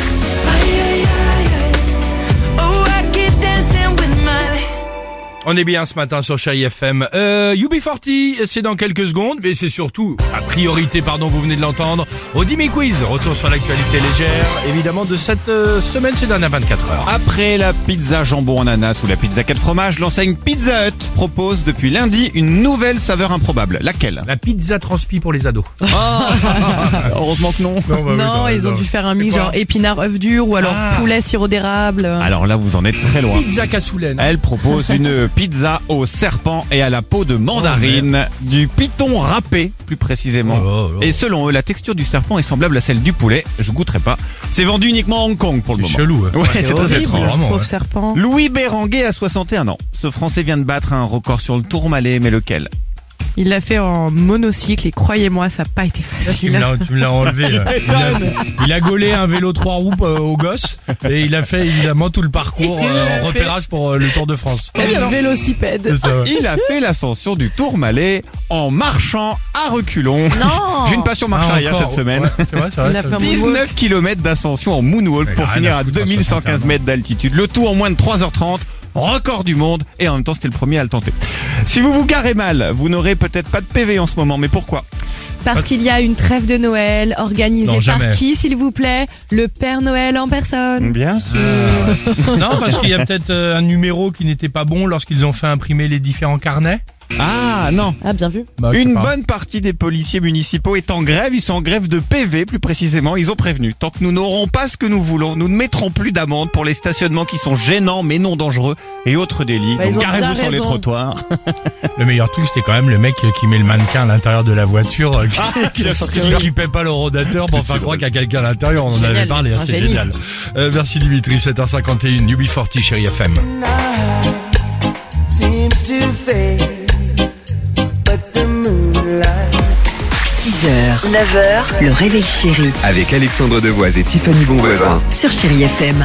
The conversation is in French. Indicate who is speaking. Speaker 1: On est bien ce matin sur Chérie FM. Euh, UB40, c'est dans quelques secondes, mais c'est surtout, à priorité, pardon, vous venez de l'entendre, au Dimi Quiz. Retour sur l'actualité légère, évidemment, de cette euh, semaine, c'est dernières 24 heures.
Speaker 2: Après la pizza jambon ananas ou la pizza 4 fromages, l'enseigne Pizza Hut propose depuis lundi une nouvelle saveur improbable. Laquelle
Speaker 1: La pizza transpi pour les ados. Ah,
Speaker 2: Heureusement que non.
Speaker 1: bah
Speaker 3: Non, ils ont dû faire un mix genre épinard œuf dur ou alors
Speaker 1: Ah.
Speaker 3: poulet sirop d'érable.
Speaker 2: Alors là, vous en êtes très loin.
Speaker 1: Pizza cassoulen.
Speaker 2: Elle propose une pizza au serpent et à la peau de mandarine, du python râpé plus précisément.
Speaker 1: Oh, oh, oh.
Speaker 2: Et selon eux, la texture du serpent est semblable à celle du poulet. Je goûterai pas. C'est vendu uniquement à Hong Kong pour le
Speaker 1: C'est
Speaker 2: moment.
Speaker 1: chelou. hein.
Speaker 2: Ouais, c'est très
Speaker 3: Horrible,
Speaker 2: étrange.
Speaker 1: vraiment,
Speaker 3: pauvre
Speaker 1: ouais.
Speaker 3: serpent.
Speaker 2: Louis Béranguet a 61 ans. Ce Français vient de battre un record sur le tourmalet, mais lequel
Speaker 3: Il l'a fait en monocycle et croyez-moi, ça n'a pas
Speaker 1: Tu
Speaker 3: été
Speaker 1: me
Speaker 3: facile.
Speaker 1: l'as- tu me l'as enlevé. là. Il a, il a gaulé un vélo trois roues euh, au gosse et il a fait évidemment tout le parcours euh, en repérage pour euh, le Tour de France.
Speaker 3: Le vélocipède.
Speaker 1: C'est ça, ouais.
Speaker 2: Il a fait l'ascension du Tourmalet en marchant à reculons.
Speaker 3: Non
Speaker 2: J'ai une passion marche
Speaker 1: Ah,
Speaker 2: arrière
Speaker 1: encore.
Speaker 2: cette semaine.
Speaker 1: Ouais, c'est vrai, c'est vrai,
Speaker 3: Il a
Speaker 1: ça-
Speaker 3: fait un
Speaker 2: 19 km d'ascension en
Speaker 1: Mais
Speaker 2: moonwalk
Speaker 1: il a
Speaker 2: pour
Speaker 1: rien à
Speaker 2: finir à
Speaker 1: foutre, hein,
Speaker 2: 2115 mètres d'altitude. Le tout en moins de 3h30. Record du monde et en même temps c'était le premier à le tenter. Si vous vous garez mal, vous n'aurez peut-être pas de PV en ce moment, mais pourquoi
Speaker 4: Parce qu'il y a une trêve de Noël organisée
Speaker 1: Non, jamais.
Speaker 4: par qui, s'il vous plaît Le Père Noël en personne.
Speaker 2: Bien sûr.
Speaker 1: Euh, non, parce qu'il y a peut-être euh, un numéro qui n'était pas bon lorsqu'ils ont fait imprimer les différents carnets.
Speaker 2: Ah non,
Speaker 3: Ah, bien vu.
Speaker 1: Bah, je sais
Speaker 2: une
Speaker 1: pas.
Speaker 2: bonne partie des policiers municipaux est en grève, ils sont en grève de PV plus précisément, ils ont prévenu. Tant que nous n'aurons pas ce que nous voulons, nous ne mettrons plus d'amende pour les stationnements qui sont gênants mais non dangereux et autres délits.
Speaker 3: Bah, ils
Speaker 2: Donc
Speaker 3: ont
Speaker 2: carrez-vous
Speaker 3: bien
Speaker 2: sur les
Speaker 3: raison.
Speaker 2: trottoirs.
Speaker 1: Le meilleur truc, c'était quand même le mec euh, qui met le mannequin à l'intérieur de la voiture, euh, qui,
Speaker 2: Ah,
Speaker 1: qui,
Speaker 2: bien
Speaker 1: qui- qui paie pas le rodateur pour faire croire qu'il y a quelqu'un à l'intérieur. On en
Speaker 3: Génial,
Speaker 1: avait parlé, hein,
Speaker 3: un
Speaker 1: c'est
Speaker 3: génie.
Speaker 1: génial. Euh, merci Dimitri, 7h51, UB40, chérie FM.
Speaker 5: seems to fade, but the moonlight.
Speaker 6: 6h, 9h, le réveil chéri
Speaker 7: Avec Alexandre Devoise et Tiffany Bonvoisin.
Speaker 6: sur Chéri FM.